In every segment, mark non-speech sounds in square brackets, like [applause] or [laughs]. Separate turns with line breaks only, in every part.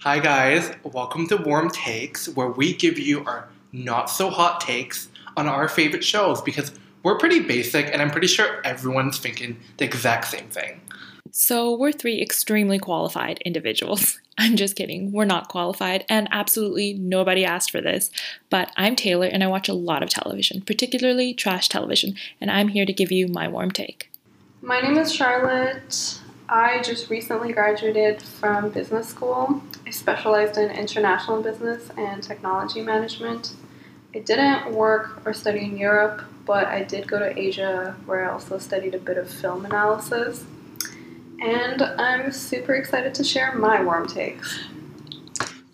Hi, guys. Welcome to Warm Takes, where we give you our not so hot takes on our favorite shows because we're pretty basic and I'm pretty sure everyone's thinking the exact same thing.
So, we're three extremely qualified individuals. [laughs] I'm just kidding, we're not qualified, and absolutely nobody asked for this. But I'm Taylor, and I watch a lot of television, particularly trash television, and I'm here to give you my warm take.
My name is Charlotte. I just recently graduated from business school. I specialized in international business and technology management. I didn't work or study in Europe, but I did go to Asia where I also studied a bit of film analysis. And I'm super excited to share my warm takes.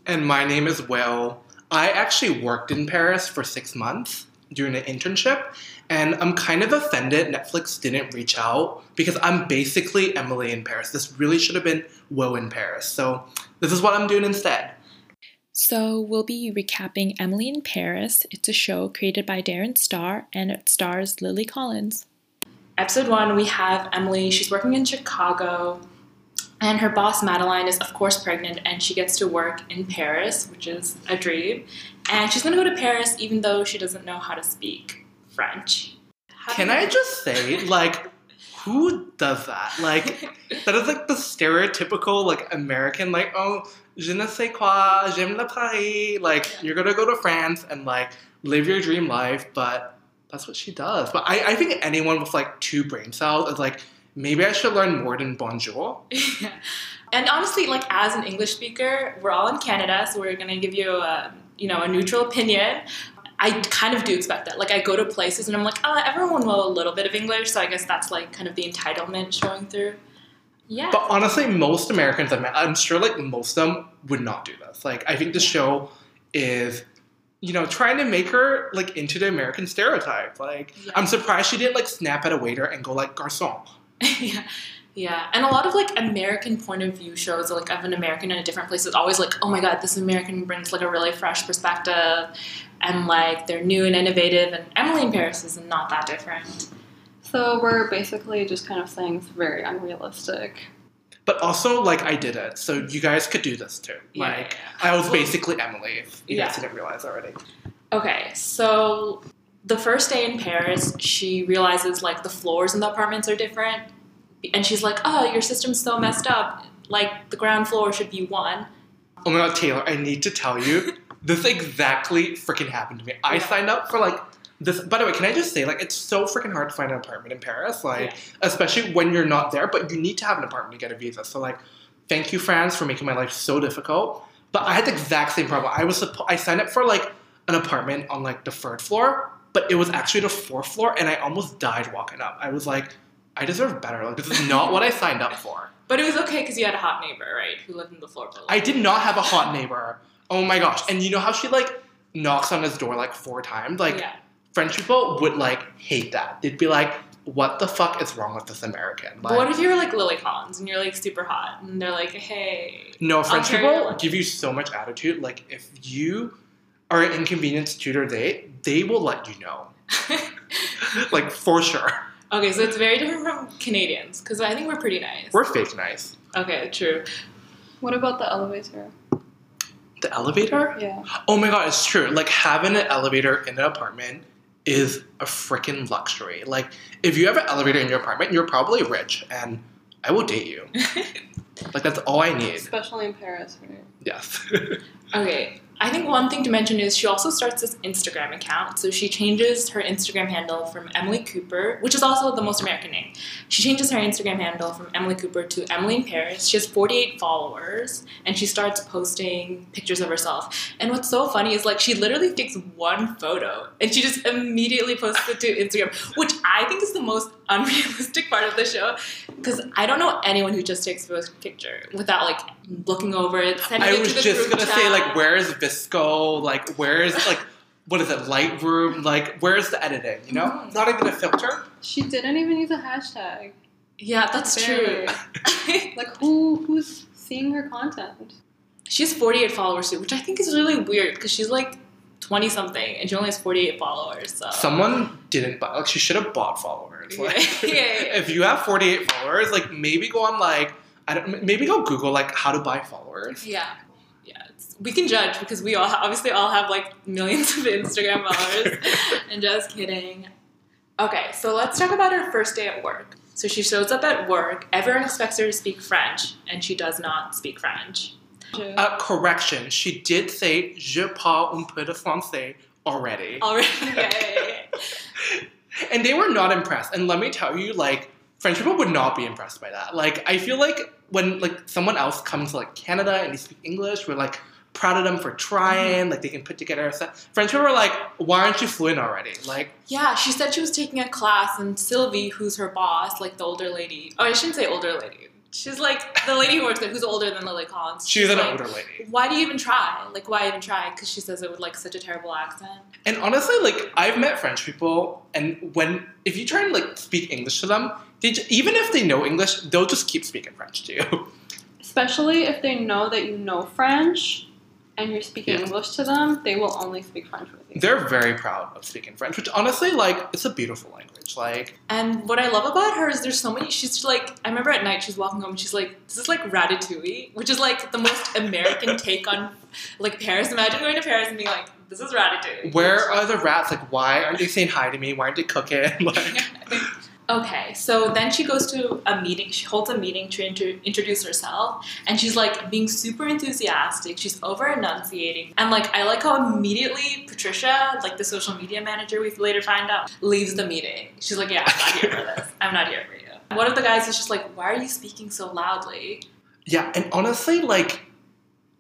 And my name is Will. I actually worked in Paris for six months during an internship, and I'm kind of offended Netflix didn't reach out because I'm basically Emily in Paris. This really should have been Will in Paris. So this is what I'm doing instead.
So, we'll be recapping Emily in Paris. It's a show created by Darren Star, and it stars Lily Collins.
episode one, we have Emily. She's working in Chicago, and her boss, Madeline, is of course pregnant, and she gets to work in Paris, which is a dream. And she's gonna go to Paris even though she doesn't know how to speak French. How
Can
do you-
I just say, like, who does that?
[laughs]
Like, that is like the stereotypical like American like oh je ne sais quoi j'aime le Paris like you're gonna go to France and like live your dream life but that's what she does but I, I think anyone with like two brain cells is like maybe I should learn more than bonjour
Yeah. [laughs] And honestly, like as an English speaker, we're all in Canada, so we're gonna give you a you know a neutral opinion. I kind of do expect that. Like I go to places and I'm like, ah, everyone will a little bit of English, so I guess that's like kind of the entitlement showing through. Yeah.
but honestly most Americans I met I'm sure like most of them would not do this like I think the show is you know trying to make her like into the American stereotype like
Yeah.
I'm surprised she didn't like snap at a waiter and go like garçon
[laughs] yeah. Yeah. And a lot of like American point of view shows like of an American in a different place is always like, oh my god, this American brings like a really fresh perspective and like they're new and innovative and Emily in Paris is not that different.
So, we're basically just kind of saying it's very unrealistic.
But also, like, I did it, so you guys could do this too.
Yeah.
Like, I was
Well-
basically Emily, if you guys
Yeah.
didn't realize already.
Okay, so the first day in Paris, she realizes like the floors in the apartments are different, and she's like, "Oh, your system's so messed up. Like the ground floor should be one."
Oh my god, Taylor, I need to tell you, this exactly freaking happened to me. I
Yeah.
signed up for, like, this. By the way, can I just say, like, it's so freaking hard to find an apartment in Paris, like,
Yeah.
especially when you're not there, but you need to have an apartment to get a visa. So, like, thank you, France, for making my life so difficult. But I had the exact same problem. I was, suppo- I signed up for, like, an apartment on, like, the third floor, but it was actually the fourth floor, and I almost died walking up. I was like, I deserve better. Like, this is not what I signed up for.
But it was okay because you had a hot neighbor, right, who lived in the floor below.
I did not have a hot neighbor. Oh my gosh. And you know how she like knocks on his door like four times? Like
yeah,
French people would like hate that. They'd be like, what the fuck is wrong with this American?
but
Like
what if you're like Lily Collins and you're like super hot, and they're like, "Hey, [laughs]
No, French
Ontario
people
lunch?
give you so much attitude. Like if you are an inconvenience to their date, they will let you know. [laughs] like for sure.
okay." So it's very different from Canadians because I think we're pretty nice.
We're fake nice.
okay, true. [laughs]
What about the elevator?
The elevator?
Yeah.
Oh my god, it's true. Like having an elevator in an apartment is a freaking luxury. Like if you have an elevator in your apartment, you're probably rich and I will date you. like that's all I need.
Especially in Paris, right?
Yes. [laughs]
Okay. I think one thing to mention is she also starts this Instagram account. So she changes her Instagram handle from Emily Cooper, which is also the most American name. She changes her Instagram handle from Emily Cooper to Emily in Paris. She has 48 followers and she starts posting pictures of herself. And what's so funny is like she literally takes one photo and she just immediately posts it to Instagram, which I think is the most [laughs] unrealistic part of the show because I don't know anyone who just takes a picture without like looking over it, sending
I
it
was
to the
just
group
gonna say
chat.
like where is Visco? Like where is like what is it, Lightroom? Like where is the editing? You know?
Mhm.
Not even a filter.
She didn't even use a hashtag.
Yeah, that's
Very.
true.
Like who who's seeing her content?
[laughs] she has 48 followers too, which I think is really weird because she's like 20 something and she only has 48 followers. So
Someone didn't buy like she should have bought followers. Like
[laughs] Yeah, yeah, yeah.
if you have forty eight followers, like maybe go on like I don't maybe go Google like how to buy followers.
yeah, yeah, it's, we can judge because we all obviously all have like millions of [laughs] Instagram followers. and just kidding. Okay, so let's talk about her first day at work. So she shows up at work. Everyone expects her to speak French, and she does not speak French.
Uh, correction, she did say je parle un peu de français already.
Already, [laughs] yeah, yeah, yeah, yeah.
And they were not impressed. And let me tell you, like, French people would not be impressed by that. Like, I feel like when like someone else comes to like Canada and they speak English, we're like proud of them for trying. Like, they can put together a set. French people were like, why aren't you fluent already? Like,
Yeah, she said she was taking a class, and Sylvie, who's her boss, like the older lady. Oh, I shouldn't say older lady. She's like the lady who works there, who's older than Lily Collins.
she's an
like,
older lady.
Why do you even try? Like, why even try? Because she says it with like such a terrible accent.
And honestly, like I've met French people, and when if you try and like speak English to them, they ju- even if they know English, they'll just keep speaking French to you.
Especially if they know that you know French and you're speaking
Yeah.
English to them, they will only speak French with you.
They're very proud of speaking French, which honestly, like, it's a beautiful language. Like,
And what I love about her is there's so many. She's like, I remember at night she's walking home. She's like, this is like Ratatouille, which is like the most American take on like Paris. Imagine going to Paris and being like, this is Ratatouille.
where are the rats? Like, why aren't they saying hi to me? Why aren't they cooking? [laughs]
[laughs]
Like,
Okay, so then she goes to a meeting. She holds a meeting to inter- introduce herself, and she's like being super enthusiastic. She's over enunciating, and like I like how immediately Patricia, like the social media manager, we later find out, leaves the meeting. She's like, "Yeah, I'm not here for this. I'm not here for you." One of the guys is just like, "Why are you speaking so loudly?"
yeah, and honestly, like,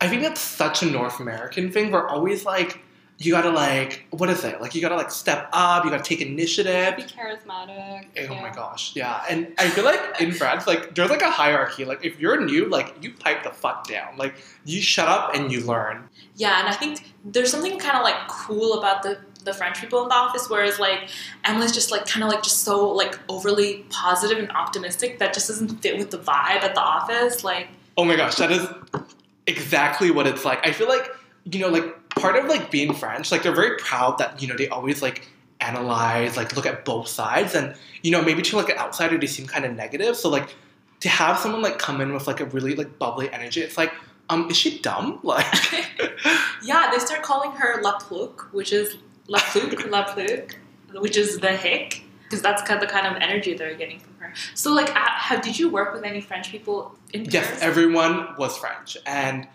I think that's such a North American thing. We're always like, you gotta like, what is it? Like, you gotta like step up. You gotta take initiative.
Be charismatic.
Oh
yeah.
my gosh, yeah. And I feel like in France, like there's like a hierarchy. Like if you're new, like you pipe the fuck down. Like you shut up and you learn.
Yeah, and I think there's something kind of like cool about the the French people in the office, whereas like Emily's just like kind of like just so like overly positive and optimistic that just doesn't fit with the vibe at the office. Like,
Oh my gosh, that is exactly what it's like. I feel like you know, like part of like being French, like they're very proud that you know they always like analyze, like look at both sides, and you know maybe to like an outsider they seem kind of negative. So like to have someone like come in with like a really like bubbly energy, it's like um is she dumb? [laughs] Like
yeah, they start calling her La Pluque, which is La Pluque, La Pluque, which is the hick, because that's kind of the kind of energy they're getting from her. So like, at, have did you work with any French people in
Yes,
Paris?
everyone was French, and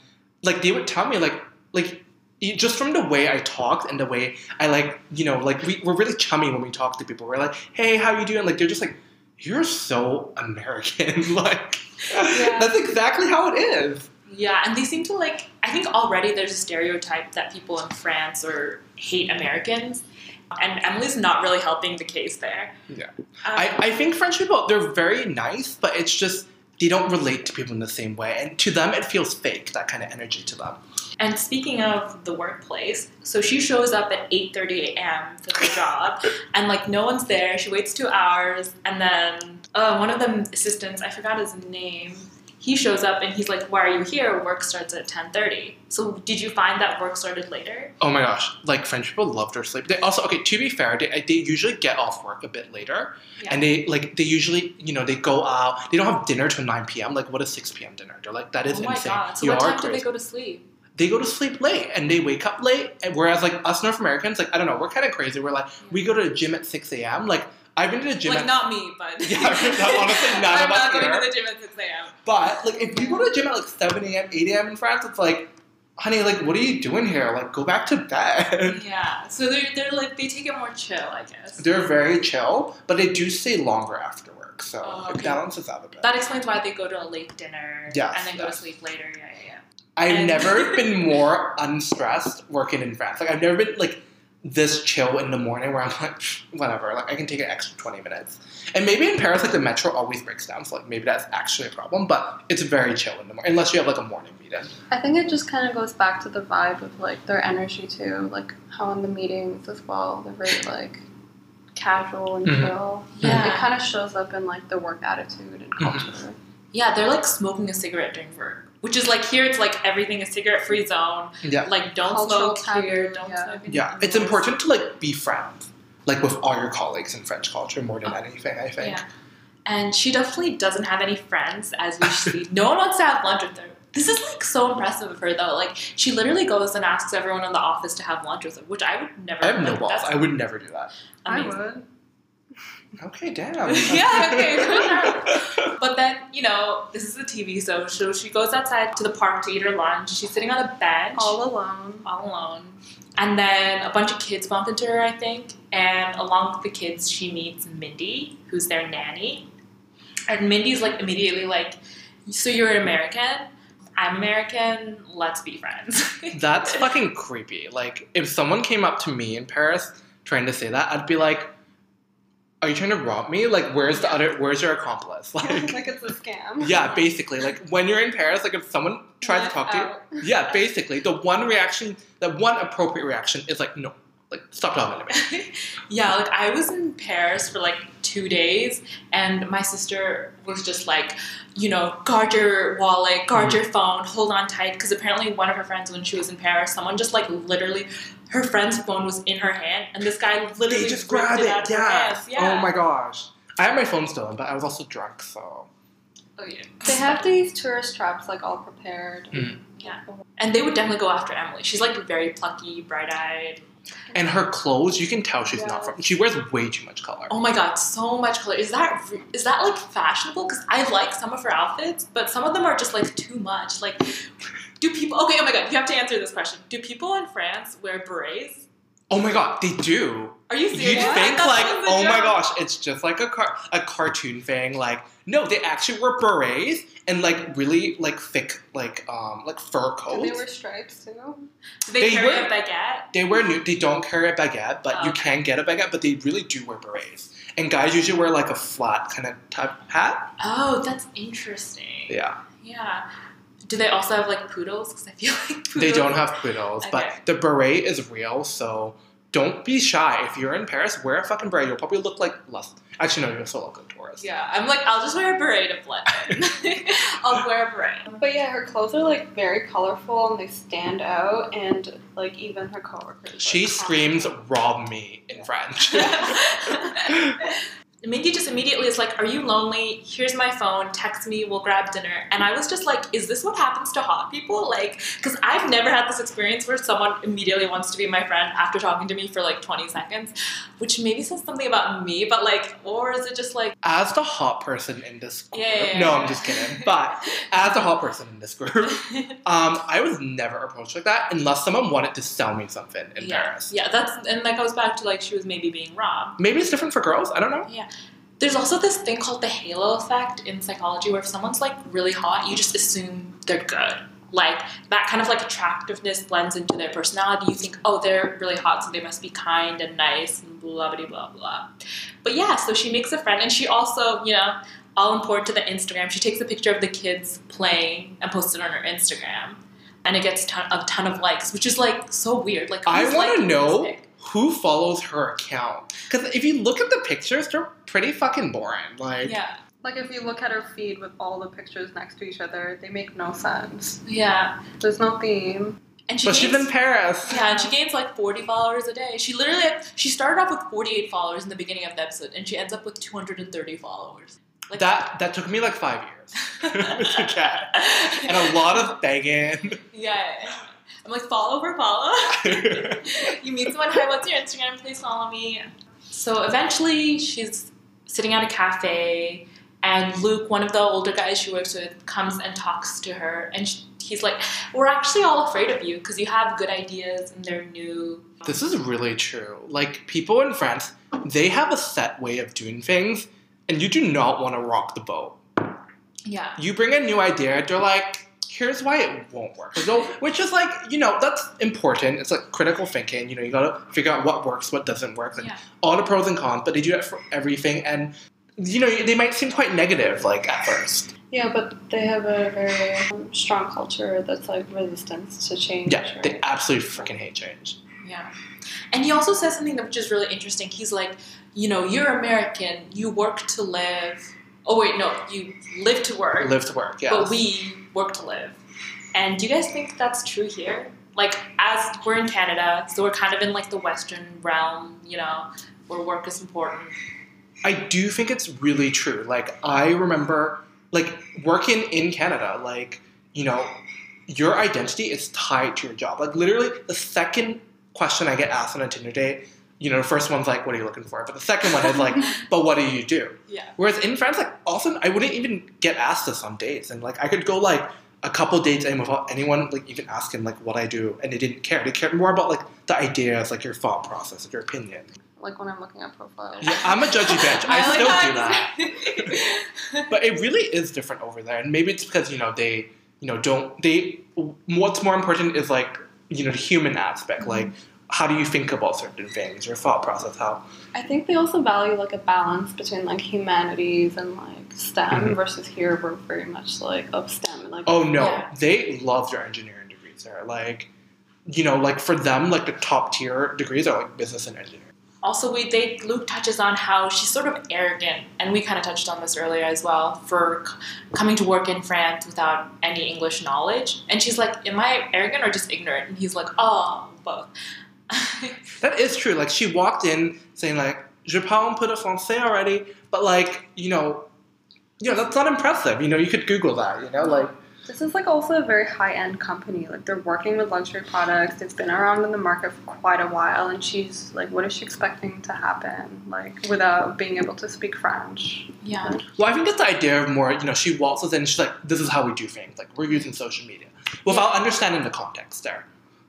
like they would tell me, like like e- just from the way I talked and the way I like you know like we we're really chummy when we talk to people. We're like, hey, how you doing? Like they're just like, you're so American. [laughs] like
Yeah.
that's exactly how it is.
Yeah, and they seem to like. I think already there's a stereotype that people in France or hate Americans, and Emily's not really helping the case there.
Yeah.
Um,
I, I think French people they're very nice, but it's just they don't relate to people in the same way, and to them it feels fake. That kind of energy to them.
and speaking of the workplace, so she shows up at 8:30 a.m. for the
[laughs]
job, and like no one's there. She waits two hours, and then uh, one of the assistants, I forgot his name. He shows up and he's like, "Why are you here? Work starts at 10:30." So, did you find that work started later?
Oh my gosh! Like French people love their sleep. They also okay. To be fair, they, they usually get off work a bit later,
Yeah.
and they like they usually you know they go out. They don't have dinner till nine p.m. Like what a six p.m. dinner? They're like that is
oh my
insane.
god! So,
you
what
are
time do
crazy.
they go to sleep?
They go to sleep late and they wake up late. And whereas like us North Americans, like I don't know, we're kind of crazy. We're like we go to the gym at six a.m. Like I've been to the gym
like
at
not me, but
[laughs] Yeah, no, honestly,
[laughs]
none
I'm
of us
not going
here.
to the gym at six a.m.
But like, if you go to the gym at like seven a.m., eight a.m. in France, it's like, honey, like what are you doing here? Like go back to bed. [laughs]
Yeah, so they're they're like they take it more chill, I guess.
They're very chill, but they do stay longer after work, so
Oh, okay.
it balances out a bit.
that explains why they go to a late dinner
Yes,
and then go to
yes.
sleep later. Yeah, yeah, yeah.
I've
and- [laughs]
never been more unstressed working in France. Like I've never been like this chill in the morning where I'm [laughs] like, "Pfft, whatever, like I can take an extra twenty minutes. And maybe in Paris, like the metro always breaks down, so like maybe that's actually a problem. But it's very chill in the morning, unless you have like a morning meeting.
I think it just kind of goes back to the vibe of like their energy too, like how in the meetings as well, they're very like casual and
Mhm.
chill.
Yeah.
It kind of shows up in like the work attitude and
Mm-hmm.
culture.
Yeah, they're like smoking a cigarette during work, which is like here it's like everything a cigarette free zone.
Yeah,
Like don't
Cultural
smoke here,
taboo,
don't
yeah.
smoke. in
yeah. It's
the office.
important to like be friends, like with all your colleagues in French culture more than anything. I think. [laughs]
Yeah. And she definitely doesn't have any friends, as we see. no one wants to have lunch with her. This is like so impressive of her though. Like she literally goes and asks everyone in the office to have lunch with her, which I would never.
I have no
like,
balls.
That's
I would never do that.
amazing.
I would.
Okay, damn.
[laughs] Yeah, okay, [laughs] good
[laughs]
enough. But then, you know, this is a TV show, so she goes outside to the park to eat her lunch. She's sitting on a bench
All alone.
all alone. And then a bunch of kids bump into her, I think. And along with the kids, she meets Mindy, who's their nanny. And Mindy's like immediately like, So you're American? I'm American. Let's be friends. [laughs]
That's fucking creepy. Like, if someone came up to me in Paris trying to say that, I'd be like, "Are you trying to rob me? Like, where's the other? Where's your accomplice? [laughs] Like,
[laughs] like it's a scam.
yeah, basically. Like, when you're in Paris, like, if someone tries to
Not
talk to you,
out.
yeah, basically, the one reaction, the one appropriate reaction is like, no, like, stop talking to me.
[laughs] yeah, like I was in Paris for like two days, and my sister was just like, you know, guard your wallet, guard
Mm-hmm.
your phone, hold on tight, because apparently one of her friends, when she was in Paris, someone just like literally, her friend's phone was in her hand, and this guy literally
They just
ripped
grab
it, out
it.
of her
Yeah.
hands. Yeah.
Oh my gosh. I had my phone stolen, but I was also drunk, so
Oh, yeah.
They have these tourist traps like all prepared.
Mhm.
Yeah. and they would definitely go after Emily. She's like very plucky, bright-eyed.
and her clothes, you can tell she's not
Yeah.
from. She wears way too much color.
Oh my god, so much color. Is that is that like fashionable? Because I like some of her outfits, but some of them are just like too much. Like, do people? Okay, oh my god, you have to answer this question. Do people in France wear berets?
Oh my god, they do.
Are you
You'd
serious? I
think
thought
like,
that was a
oh my
joke.
gosh, it's just like a car- a cartoon thing. Like, no, they actually were berets and like really like thick like um like fur
Do
coats.
they wear stripes too?
Do they,
They
carry
wear-
a baguette?
They wear new. They don't carry a baguette, but you
Oh, Okay.
can get a baguette. But they really do wear berets. And guys usually wear like a flat kind of type hat.
Oh, that's interesting.
Yeah,
Yeah. Do they also have like poodles? Because I feel like poodles.
they don't have poodles,
Okay.
but the beret is real. So don't be shy. If you're in Paris, wear a fucking beret. You'll probably look like less. Actually, no, you'll still look like a tourist.
Yeah, I'm like, I'll just wear a beret to blend in. [laughs] I'll wear a beret.
But yeah, her clothes are like very colorful and they stand out, and like even her coworkers. like,
She screams, "Rob me!" in
[laughs]
French.
Mindy just immediately is like, Are you lonely? Here's my phone. Text me. We'll grab dinner. And I was just like, Is this what happens to hot people? Like, because I've never had this experience where someone immediately wants to be my friend after talking to me for like 20 seconds, which maybe says something about me, but like, or is it just like,
as the hot person in this group,
Yeah, yeah, yeah,
no,
yeah.
I'm just kidding. But
[laughs]
as the hot person in this group, um, I was never approached like that unless someone wanted to sell me something in
yeah,
Paris.
yeah, that's, and that goes back to like, she was maybe being robbed.
Maybe it's different for girls. I don't know.
There's also this thing called the halo effect in psychology where if someone's like really hot, you just assume they're good. Like that kind of like attractiveness blends into their personality. You think, oh, they're really hot, so they must be kind and nice and blah blah blah blah. But yeah, so she makes a friend and she also, you know, all important to the Instagram. She takes a picture of the kids playing and posts it on her Instagram. And it gets ton, a ton of likes, which is like so weird. Like
I
who's
wanna
liking this
know-
pic?
Who follows her account? Because if you look at the pictures, they're pretty fucking boring. Like,
Yeah.
Like if you look at her feed with all the pictures next to each other, they make no sense.
Yeah.
There's no theme.
And she
but she's
makes-
in Paris.
Yeah, and she gains like 40 followers a day. She literally she started off with 48 followers in the beginning of the episode, and she ends up with 230 followers. Like [laughs]
That that took me like five years to get, and a
yeah,
lot of begging.
yeah. I'm like follow for follow. [laughs] you meet someone, hi, what's your Instagram? Please follow me. So eventually, she's sitting at a cafe, and Luke, one of the older guys she works with, comes and talks to her, and sh he's like, "We're actually all afraid of you because you have good ideas and they're new."
[laughs] This is really true. Like people in France, they have a set way of doing things, and you do not want to rock the boat.
yeah.
You bring a new idea, they're like, "Here's why it won't work," So, which is like, you know, that's important. It's like critical thinking. You know, you gotta figure out what works, what doesn't work, like
Yeah.
all the pros and cons. But they do that for everything, and you know, they might seem quite negative, like at first.
Yeah, but they have a very um, strong culture that's like resistance to change.
Yeah,
right?
they absolutely freaking hate change.
Yeah. And he also says something that which is really interesting. He's like, you know, you're American, you work to live. Oh wait, no, you live to work,
Live to work. Yeah.
but we work to live. And do you guys think that's true here? Like as we're in Canada, so we're kind of in like the western realm, you know, where work is important.
I do think it's really true. Like I remember like working in Canada, like you know, your identity is tied to your job. Like literally, the second question I get asked on a Tinder date, you know, the first one's like, "What are you looking for?" But the second one is [laughs] like, "But what do you do?"
yeah.
Whereas in France, like often I wouldn't even get asked this on dates, and like I could go like a couple dates and without anyone like even asking like what I do, and they didn't care. They cared more about like the ideas, like your thought process, like your opinion.
Like when I'm looking at profiles.
Yeah, I'm a [laughs] judgy bitch.
[laughs]
I, still do that,
do [laughs] that.
but it really is different over there, and maybe it's because you know they you know don't they. What's more important is like you know the human aspect, like how do you think about certain things, your thought process, how
I think they also value like a balance between like humanities and like STEM
Mhm.
versus here we're very much like of STEM and like
Oh no,
Yeah.
they love their engineering degrees there. Like, you know, like for them, like the top tier degrees are like business and engineering.
also, we they Luke touches on how she's sort of arrogant, and we kind of touched on this earlier as well for c- coming to work in France without any English knowledge. And she's like, "Am I arrogant or just ignorant?" And he's like, "Oh, both." [laughs]
That is true. Like she walked in saying like, "Je parle un peu de français already," but like, you know, you know that's not impressive. You know, you could Google that. You know, like
This is like also a very high end company. Like they're working with luxury products. It's been around in the market for quite a while, and she's like, what is she expecting to happen? Like without being able to speak French.
yeah.
Well, I think that's the idea of more, you know, she waltzes in and she's like, this is how we do things. Like, we're using social media without understanding the context there.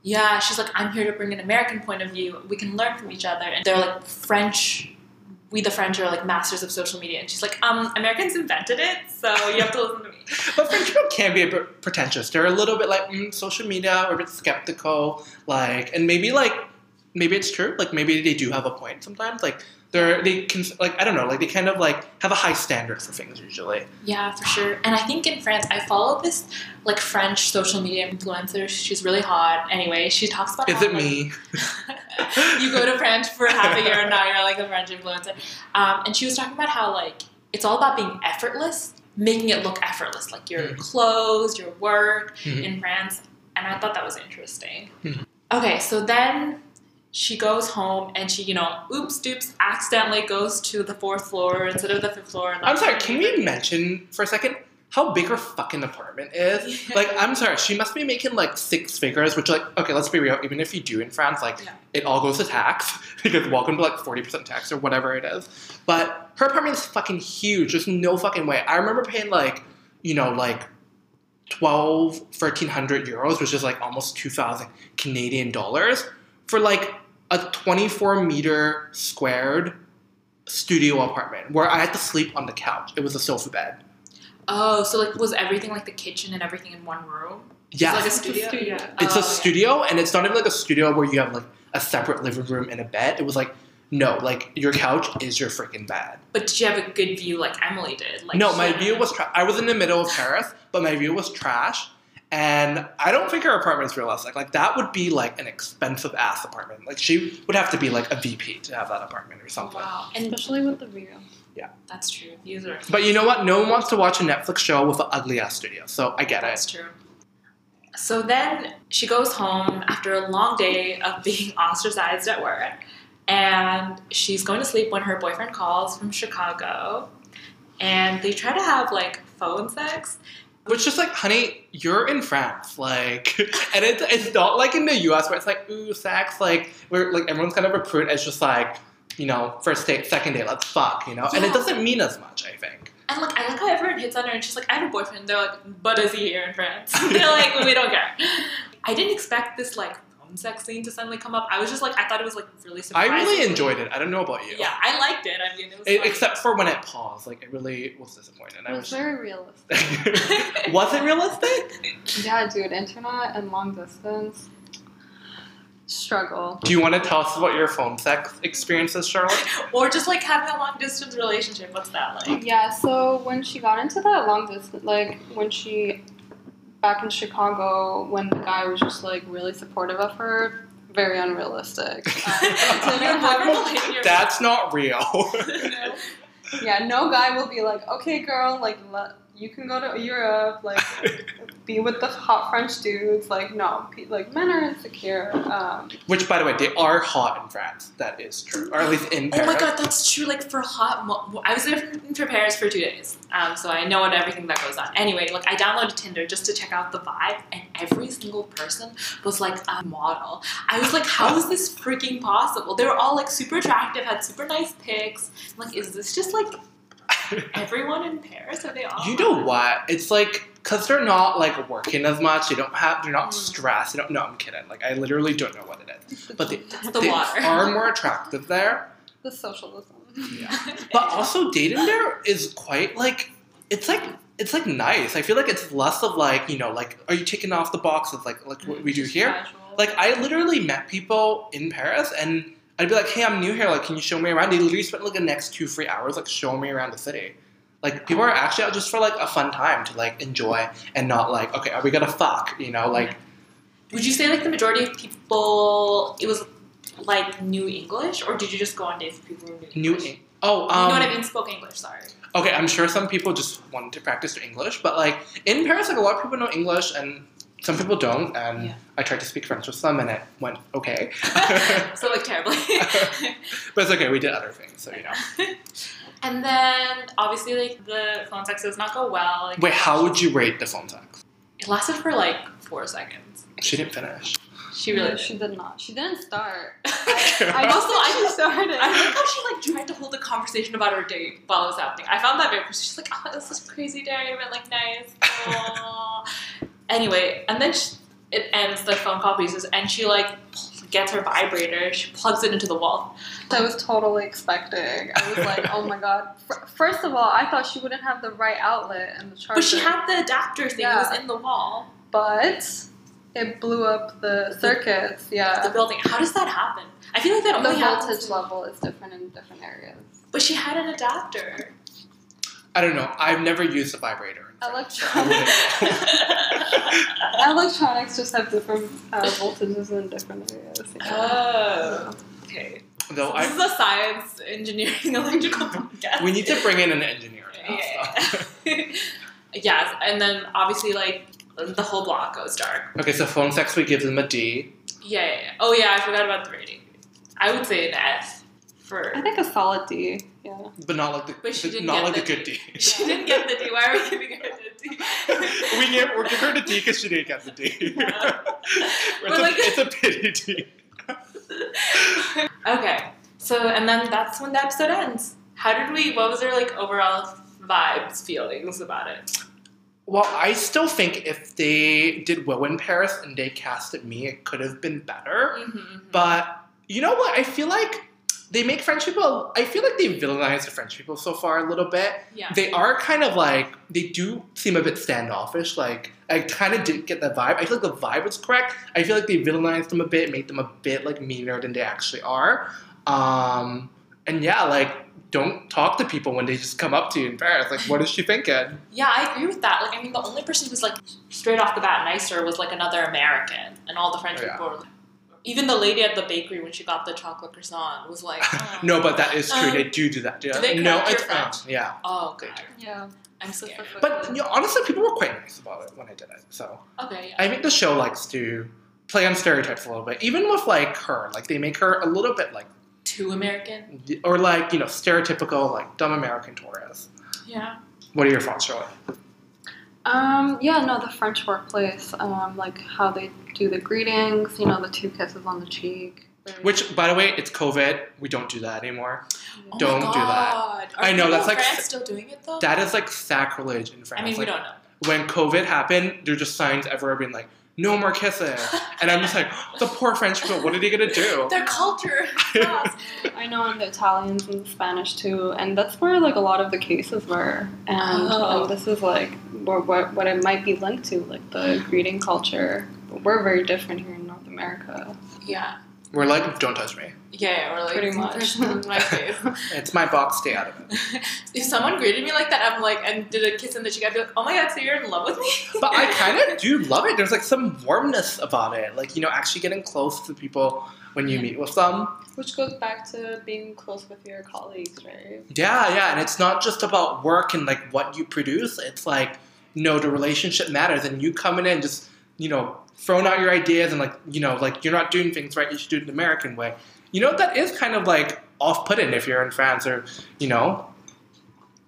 Yeah, she's like, I'm here to bring an American point of view. We can learn from each other. And they're like, French, we the French are like masters of social media. And she's like, um, Americans invented it, so you have to listen to me.
But French people can be a bit pretentious. They're a little bit like mm, social media, or a bit skeptical, like, and maybe like, maybe it's true. Like maybe they do have a point sometimes. Like they're they can like I don't know. Like they kind of like have a high standard for things usually.
Yeah, for sure. And I think in France, I follow this like French social media influencer. She's really hot. Anyway, she talks about
Is
how,
it
like,
me?
[laughs] you go to France for half a year and now you're like a French influencer. Um, and she was talking about how like it's all about being effortless, making it look effortless, like your
Mhm.
clothes, your work
Mhm.
in France. And I thought that was interesting.
Mhm.
Okay, so then she goes home and she, you know, oops, doops, accidentally goes to the fourth floor instead of the fifth floor. And
I'm
that's
sorry.
where
Can
you-
we mention for a second how big her fucking apartment is? Like I'm sorry, she must be making like six figures, which like okay, let's be real. Even if you do in France, like
Yeah.
it all goes to tax [laughs] because welcome to like forty percent tax or whatever it is. But her apartment is fucking huge. There's no fucking way. I remember paying like you know like 12, 1300 euros, which is like almost two thousand Canadian dollars for like a twenty four meter squared studio apartment where I had to sleep on the couch. It was a sofa bed.
oh, so like was everything like the kitchen and everything in one room?
Yeah.
It's like a
It's a
studio.
studio.
It's
Oh,
a
yeah.
studio, and it's not even like a studio where you have like a separate living room and a bed. It was like, no, like your couch is your freaking bed.
But did you have a good view like Emily did? Like
no,
she
my
had-
view was trash. I was in the middle of Paris, but my view was trash. And I don't think her apartment's realistic. Like that would be like an expensive ass apartment. Like she would have to be like a VP to have that apartment or something.
Wow, and
Especially with the view.
that's true. Views are
But you know what? No one wants to watch a Netflix show with an ugly ass studio. So I get it.
that's true. So then she goes home after a long day of [laughs] being ostracized at work, and she's going to sleep when her boyfriend calls from Chicago, and they try to have like phone sex.
Which is like, honey, you're in France, like, [laughs] and it's it's not like in the U.S. where it's like, ooh, sex, like, where like everyone's kind of a prude. It's just like, you know, first date, second date, let's fuck, you know, and it
Yeah.
doesn't mean as much, I think.
And like I like how everyone hits on her, and she's like, "I have a boyfriend." They're like, "But is he here in France?" [laughs] They're like, "We don't care." I didn't expect this like phone sex scene to suddenly come up. I was just like, I thought it was like really
I
surprising.
really enjoyed it. I don't know about you,
Yeah, I liked it. I mean, it was
It-
fun.
except for when it paused, like it really was disappointing.
It
I
was
was,
very
[laughs]
realistic.
was it realistic?
Yeah, dude, internet and long distance struggle.
Do you want to tell us about your phone sex experiences,
[laughs]
Charlotte?
[laughs] or just like having a long distance relationship. What's that
[laughs]
like? [laughs]
Yeah, so when she got into that long distance, like when she back in Chicago, when the guy was just like really supportive of her, very unrealistic. Um,
so you're having a like, you're-
That's not real.
[laughs]
[laughs]
No.
yeah, no guy will be like, okay, girl, like le- you can go to Europe, like be with the hot French dudes. Like no, pe- like men are insecure. Um,
Which, by the way, they are hot in France. That is true, or at least in
Oh
Paris.
my god, that's true. Like for hot, mo- I was in for Paris for two days, um, so I know what everything that goes on. Anyway, like I downloaded Tinder just to check out the vibe, and every single person was like a model. I was like, how is this freaking possible? They were all like super attractive, had super nice pics. I'm like, is this just like everyone in Paris? Are they all?
[laughs] You know what? It's like because they're not like working as much. They don't have. They're not
Mm.
stressed. They don't. No, I'm kidding. Like I literally don't know what it is. But they,
It's the
they
water.
are more attractive there.
the socialism.
[laughs] But also dating there is quite like it's like it's like nice. I feel like it's less of like you know like are you taking off the boxes like like what we do
[laughs]
here.
Casual.
Like I literally met people in Paris and. I'd be like, hey, I'm new here. Like, can you show me around? They literally spent like the next two, three hours like showing me around the city. Like, people are actually out just for like a fun time to like enjoy and not like, okay, are we gonna fuck? You know, like
Would you say like the majority of people? It was like new English, or did you just go on dates with people who knew
new.
English?
Eng- oh,
you
um,
know what I mean? Spoke English.
[laughs]
Sorry.
Okay, I'm sure some people just wanted to practice their English, but like in Paris, like a lot of people know English and some people don't. And
Yeah.
I tried to speak French with some, and it went
[laughs]
okay. [laughs]
so like terribly.
but it's okay. We did other things, so you know.
and then obviously like the phone sex does not go well. Like,
Wait, how would you rate the phone sex?
It lasted for like
[laughs]
four seconds. [laughs]
She didn't finish.
She really.
No, she did not. She didn't
[laughs]
start.
I also I
she
just.
started.
I like how she like tried to hold a conversation about her date while it was happening. I found that very. She's like, oh, this is crazy day. It went like nice. Aw. anyway, and then she, it ends. The phone call pieces, and she like gets her vibrator. She plugs it into the wall.
I was totally expecting. I was like, oh my god. F- First of all, I thought she wouldn't have the right outlet and the charger.
But she had the adapter thing. It was in the wall.
But it blew up the circuits.
the
Yeah.
building. How does that happen? I feel like that
The
only happens.
voltage level is different in different areas.
But she had an adapter.
[laughs] I don't know. I've never used a
[laughs]
vibrator. in French, so I
Electronics.
wouldn't know.
[laughs] Electronics just have different uh, voltages in different areas. Yeah.
oh. Okay.
Though
this
I,
is a science, engineering, [laughs] electrical podcast.
we need to bring in an engineer. now, so.
Yeah. [laughs] yes, and then obviously, like, the whole block goes dark.
[laughs] Okay, so phone sex, we give them a D.
Yeah, yeah, yeah. Oh, yeah, I forgot about the rating. I would say an F for.
I think a solid D. Yeah.
But not like the,
But she
the-
didn't
not
get
like the,
the-
good D.
[laughs] [laughs] She didn't get the D. Why are we giving her the D?
[laughs] we give we're giving her the D because she didn't get the
[laughs]
D.
We're
it's,
like-
a, it's a pity D.
okay, so and then that's when the episode ends. How did we? What was our like overall vibes, feelings about it?
Well, I still think if they did Will in Paris and they casted me, it could have been better.
Mm-hmm.
But you know what? I feel like they make French people. I feel like they villainize the French people so far a little bit.
Yeah.
They are kind of like they do seem a bit standoffish. Like I kind of didn't get the vibe. I feel like the vibe was correct. I feel like they villainized them a bit, made them a bit like meaner than they actually are. Um, and yeah, like don't talk to people when they just come up to you in Paris. Like, what is she thinking?
Yeah, I agree with that. Like, I mean, the only person who was like straight off the bat nicer was like another American, and all the French
Oh, Yeah.
people. Were, like- even the lady at the bakery when she got the chocolate croissant was like, oh,
[laughs] No, but that is true.
Um,
they do do that. Yeah.
they
no,
correct your
it's uh,
French?
yeah.
Oh god,
Yeah.
I'm scared.
But you know, honestly, people were quite nice about it when I did it. So
Okay, yeah.
I think the show likes to play on stereotypes a little bit, even with like her. Like they make her a little bit like.
Too American.
or like you know stereotypical like dumb American Torres.
Yeah.
What are your thoughts, Charlotte?
Um, yeah, no, the French workplace, um, like how they do the greetings, you know, the two kisses on the cheek.
Which, by the way, it's COVID. We don't do that anymore.
Oh
Don't
my
do that.
God. Are
I know,
people
that's,
in
like,
France still doing it though.
That is like sacrilege in France.
I mean, we
Like,
don't know.
When COVID happened, there were just signs everywhere being like, "No more
[laughs]
kissing," and I'm just like, "The poor French people. What are they gonna do?"
Their
[laughs]
culture. is lost.
I know, and the Italians and the Spanish too, and that's where like a lot of the cases were. And
Oh.
um, this is like what, what what it might be linked to, like the greeting culture. We're very different here in North America.
yeah.
we're like, "Don't touch me.
Yeah, or like
Pretty much.
my [laughs] face.
It's my box. Stay out of it."
if someone greeted me like that, I'm like, and did a kiss in the cheek, I'd be like, oh my god, so you're in love with me?
But I kind of do love it. There's like some warmness about it. Like you know, actually getting close to people when you meet with them.
Which goes back to being close with your colleagues, right?
Yeah, yeah, and it's not just about work and like what you produce. It's like no, the relationship matters, and you coming in just you know throwing out your ideas and like you know like you're not doing things right. You should do it the American way. You know that is kind of like off-putting if you're in France or you know.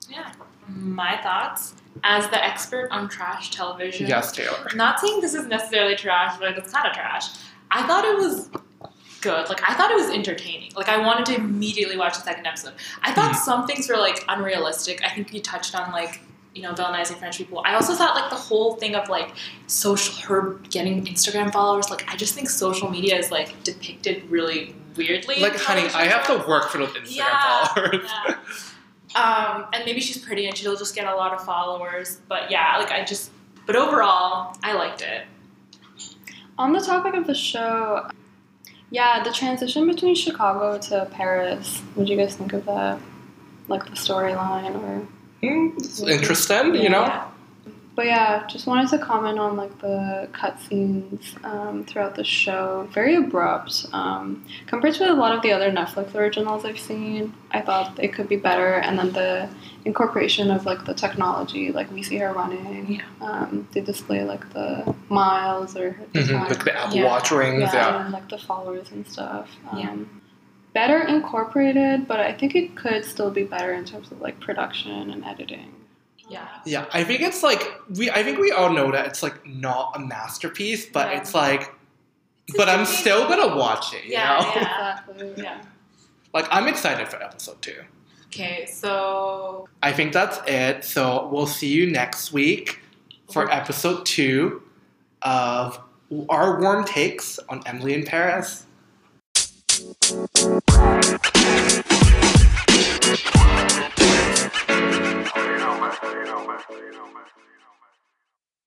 Yeah. My thoughts as the expert on trash television.
Yes, Taylor.
Not saying this is necessarily trash, but it's kind of trash. I thought it was good. Like I thought it was entertaining. Like I wanted to immediately watch the second episode. I thought
Mhm.
some things were like unrealistic. I think you touched on like you know villainizing French people. I also thought like the whole thing of like social her getting Instagram followers. Like I just think social media is like depicted really weirdly. in
Like, honey, I have
[laughs]
to work for those Instagram
Yeah,
followers.
[laughs] yeah. Um, and maybe she's pretty and she'll just get a lot of followers. But yeah, like I just, but overall, I liked it.
On the topic of the show, yeah, the transition between Chicago to Paris. Would you guys think of that, like the storyline or?
Hmm, it's interesting, you know.
Yeah.
But yeah, just wanted to comment on like the cutscenes um, throughout the show. Very abrupt um, compared to a lot of the other Netflix originals I've seen. I thought it could be better, and then the incorporation of like the technology, like we see her running.
Yeah.
Um, they display like the miles or Mm-hmm, the
Mhm,
time.
Like the Apple
Yeah.
Watch rings,
yeah,
yeah.
and like the followers and stuff. Um,
Yeah.
Better incorporated, but I think it could still be better in terms of like production and editing.
Yeah.
Yeah, I think it's like we. I think we all know that it's like not a masterpiece, but
Yeah.
it's like. But I'm
amazing.
still gonna watch it. You
Yeah,
know,
yeah.
Exactly.
Yeah.
[laughs] like I'm excited for episode two.
Okay, so
I think that's it. So we'll see you next week for episode two of our warm takes on Emily in Paris.